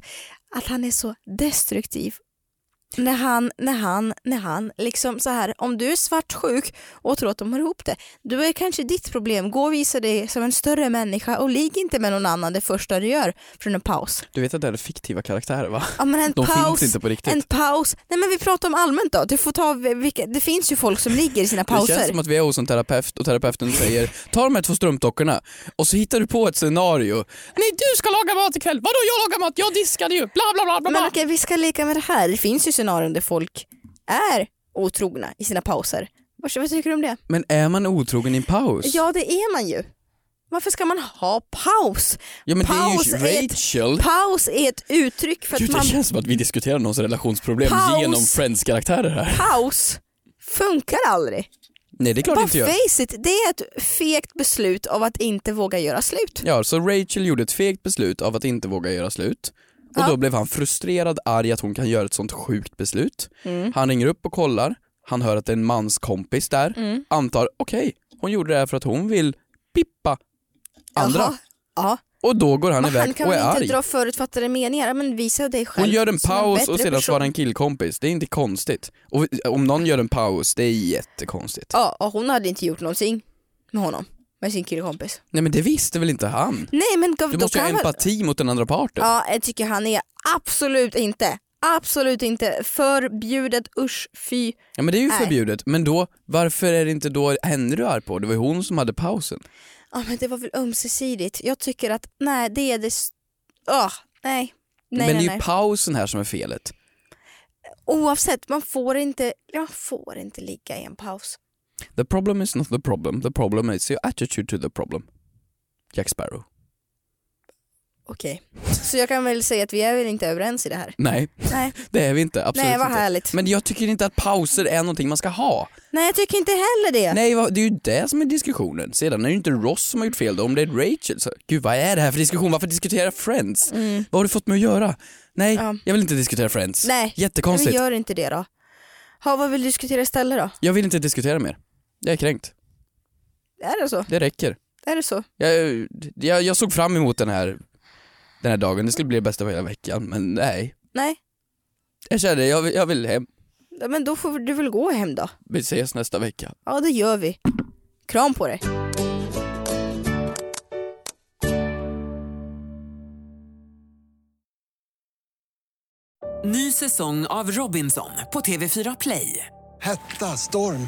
Speaker 1: att han är så destruktiv. När han, när han, när han, liksom så här, om du är svartsjuk och tror att de har ihop det, då är det kanske ditt problem. Gå och visa dig som en större människa och ligg inte med någon annan det första du gör från en paus.
Speaker 2: Du vet att det här är fiktiva karaktärer va?
Speaker 1: Ja, men en
Speaker 2: De
Speaker 1: paus,
Speaker 2: finns inte på riktigt.
Speaker 1: En paus. Nej men vi pratar om allmänt då. Du får ta vilka, det finns ju folk som ligger i
Speaker 2: [laughs]
Speaker 1: sina
Speaker 2: Det
Speaker 1: pauser.
Speaker 2: känns som att vi är hos en terapeut och terapeuten säger ta de här två strumpdockorna och så hittar du på ett scenario. Nej du ska laga mat ikväll, vadå jag lagar mat, jag diskade ju, bla bla bla bla.
Speaker 1: Men
Speaker 2: bla.
Speaker 1: okej, vi ska leka med det här. Det finns ju scenarion där folk är otrogna i sina pauser. Varsågod, vad tycker du om det?
Speaker 2: Men är man otrogen i en paus?
Speaker 1: Ja, det är man ju. Varför ska man ha paus?
Speaker 2: Ja, men det är ju
Speaker 1: paus,
Speaker 2: Rachel.
Speaker 1: Ett, paus är ett uttryck för att
Speaker 2: Gud, det
Speaker 1: man...
Speaker 2: känns som att vi diskuterar någons relationsproblem
Speaker 1: Paus.
Speaker 2: genom Friends-karaktärer här.
Speaker 1: Paus funkar aldrig.
Speaker 2: Nej det är klart det
Speaker 1: Bara
Speaker 2: inte gör.
Speaker 1: face it, det är ett fegt beslut av att inte våga göra slut.
Speaker 2: Ja, så Rachel gjorde ett fegt beslut av att inte våga göra slut. Och
Speaker 1: Ja.
Speaker 2: då blev han frustrerad, arg att hon kan göra ett sånt sjukt beslut.
Speaker 1: Mm.
Speaker 2: Han ringer upp och kollar, han hör att det är en manskompis där,
Speaker 1: Mm.
Speaker 2: antar okej, hon gjorde det här för att hon vill pippa andra.
Speaker 1: Jaha. Ja.
Speaker 2: Och då går han
Speaker 1: Men han
Speaker 2: iväg
Speaker 1: kan
Speaker 2: och
Speaker 1: väl
Speaker 2: är
Speaker 1: inte
Speaker 2: arg.
Speaker 1: dra förutfattade meningar? Ja, Men visa dig själv
Speaker 2: Hon gör en
Speaker 1: som
Speaker 2: paus
Speaker 1: bättre
Speaker 2: och sedan
Speaker 1: person.
Speaker 2: svarar en killkompis, det är inte konstigt. Och om någon gör en paus, det är jättekonstigt.
Speaker 1: Ja, och hon hade inte gjort någonting med honom, med sin killkompis.
Speaker 2: Nej men det visste väl inte han?
Speaker 1: Nej men gav,
Speaker 2: Du
Speaker 1: då
Speaker 2: måste ju ha
Speaker 1: kan väl...
Speaker 2: empati mot den andra parten.
Speaker 1: Ja, jag tycker han är absolut inte, absolut inte förbjudet, usch fy.
Speaker 2: Ja men det är ju
Speaker 1: Nej.
Speaker 2: förbjudet, men då, varför är det inte då henne du är arg på? Det var ju hon som hade pausen.
Speaker 1: Ja men det var väl ömsesidigt. Jag tycker att nej det är det, s- ah nej.
Speaker 2: men
Speaker 1: Nej, nej,
Speaker 2: det är
Speaker 1: nej.
Speaker 2: ju pausen här som är felet.
Speaker 1: Oavsett, man får inte, jag får inte ligga i en paus.
Speaker 2: The problem is not the problem, the problem is your attitude to the problem. Jack Sparrow.
Speaker 1: Okej. Så jag kan väl säga att vi är väl inte överens i det här?
Speaker 2: Nej,
Speaker 1: Nej.
Speaker 2: det är vi inte. Absolut
Speaker 1: Nej, vad
Speaker 2: inte.
Speaker 1: härligt.
Speaker 2: Men jag tycker inte att pauser är någonting man ska ha.
Speaker 1: Nej jag tycker inte heller det.
Speaker 2: Nej, vad- det är ju det som är diskussionen. Sedan är det ju inte Ross som har gjort fel då, om det är Rachel så, gud vad är det här för diskussion? Varför diskutera Friends? Vad har du fått mig att göra? Nej,
Speaker 1: Mm. Ja.
Speaker 2: jag vill inte diskutera Friends.
Speaker 1: Nej.
Speaker 2: Jättekonstigt.
Speaker 1: Men gör inte det då. Ha, vad vill du diskutera istället då?
Speaker 2: Jag vill inte diskutera mer. Jag är kränkt.
Speaker 1: Är det så?
Speaker 2: Det räcker.
Speaker 1: Är det så?
Speaker 2: Jag, jag, jag såg fram emot den här, den här dagen, det skulle bli det bästa på hela veckan, men nej.
Speaker 1: Nej.
Speaker 2: Jag kände, jag, vill- jag vill hem.
Speaker 1: Ja, Men då får du väl gå hem då.
Speaker 2: Vi ses nästa vecka.
Speaker 1: Ja det gör vi. Kram på dig.
Speaker 3: Ny säsong av Robinson på TV4 Play.
Speaker 4: Hetta, storm,